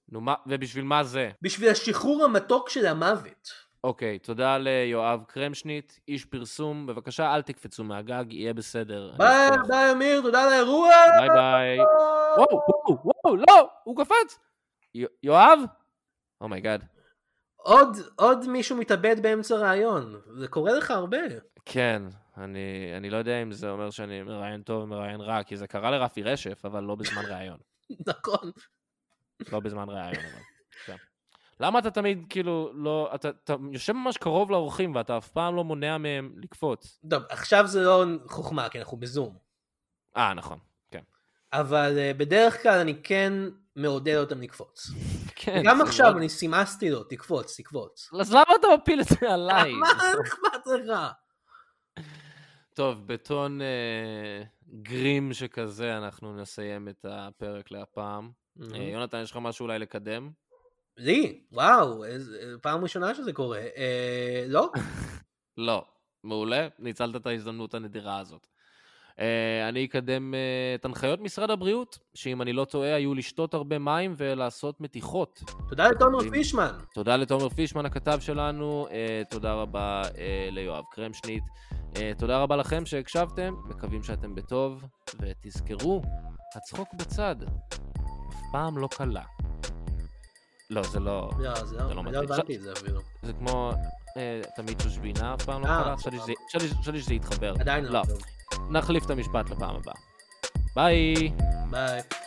[SPEAKER 3] נו, מה, ובשביל מה זה?
[SPEAKER 4] בשביל השחרור המתוק של המוות.
[SPEAKER 3] אוקיי, תודה ליואב קרמשניט, איש פרסום. בבקשה, אל תקפצו מהגג, יהיה בסדר. אני
[SPEAKER 4] ביי,
[SPEAKER 3] מבטיח.
[SPEAKER 4] ביי אמיר, תודה על האירוע!
[SPEAKER 3] ביי ביי. וואו, וואו, וואו, לא, הוא קפץ. יו- יואב? Oh אומייגאד.
[SPEAKER 4] עוד, עוד מישהו מתאבד באמצע רעיון, זה קורה לך הרבה. (laughs)
[SPEAKER 3] כן, אני, אני לא יודע אם זה אומר שאני מראיין טוב או מראיין רע, כי זה קרה לרפי רשף, אבל לא בזמן ראיון.
[SPEAKER 4] נכון.
[SPEAKER 3] לא בזמן ראיון, אבל. כן. למה אתה תמיד, כאילו, לא... אתה, אתה יושב ממש קרוב לאורחים, ואתה אף פעם לא מונע מהם לקפוץ.
[SPEAKER 4] טוב, עכשיו זה לא חוכמה, כי אנחנו בזום.
[SPEAKER 3] אה, נכון. כן.
[SPEAKER 4] אבל אה, בדרך כלל אני כן מעודד אותם לקפוץ.
[SPEAKER 3] (laughs) כן.
[SPEAKER 4] גם
[SPEAKER 3] זה
[SPEAKER 4] עכשיו
[SPEAKER 3] מאוד-
[SPEAKER 4] אני סימסתי לו, תקפוץ,
[SPEAKER 3] (laughs)
[SPEAKER 4] תקפוץ.
[SPEAKER 3] אז למה אתה מפיל את זה
[SPEAKER 4] (laughs)
[SPEAKER 3] עליי?
[SPEAKER 4] מה אכפת לך?
[SPEAKER 3] טוב, בטון אה, גרים שכזה, אנחנו נסיים את הפרק להפעם. אה,
[SPEAKER 4] Mm-hmm.
[SPEAKER 3] יונתן, יש לך משהו אולי לקדם?
[SPEAKER 4] לי? וואו, איזה- פעם ראשונה שזה קורה. אה,
[SPEAKER 3] (laughs)
[SPEAKER 4] לא?
[SPEAKER 3] לא. מעולה, ניצלת את ההזדמנות הנדירה הזאת. אה, אני אקדם אה, את הנחיות משרד הבריאות, שאם אני לא טועה, היו לשתות הרבה מים ולעשות מתיחות.
[SPEAKER 4] תודה לתומר פישמן.
[SPEAKER 3] תודה לתומר פישמן הכתב שלנו, אה, תודה רבה אה, ליואב קרמשניט. אה, תודה רבה לכם שהקשבתם, מקווים שאתם בטוב, ותזכרו, הצחוק בצד, אף פעם לא קלה. לא, זה לא...
[SPEAKER 4] לא, זה לא
[SPEAKER 3] זה לא
[SPEAKER 4] לא
[SPEAKER 3] מתאים.
[SPEAKER 4] הבנתי את זה אפילו.
[SPEAKER 3] זה כמו אה, תמיד שושבינה, אף פעם לא
[SPEAKER 4] אה,
[SPEAKER 3] קלה, חשבתי שזה- חשבתי חשבתי שזה יתחבר.
[SPEAKER 4] עדיין לא.
[SPEAKER 3] לא. נחליף את המשפט לפעם הבאה. ביי!
[SPEAKER 4] ביי.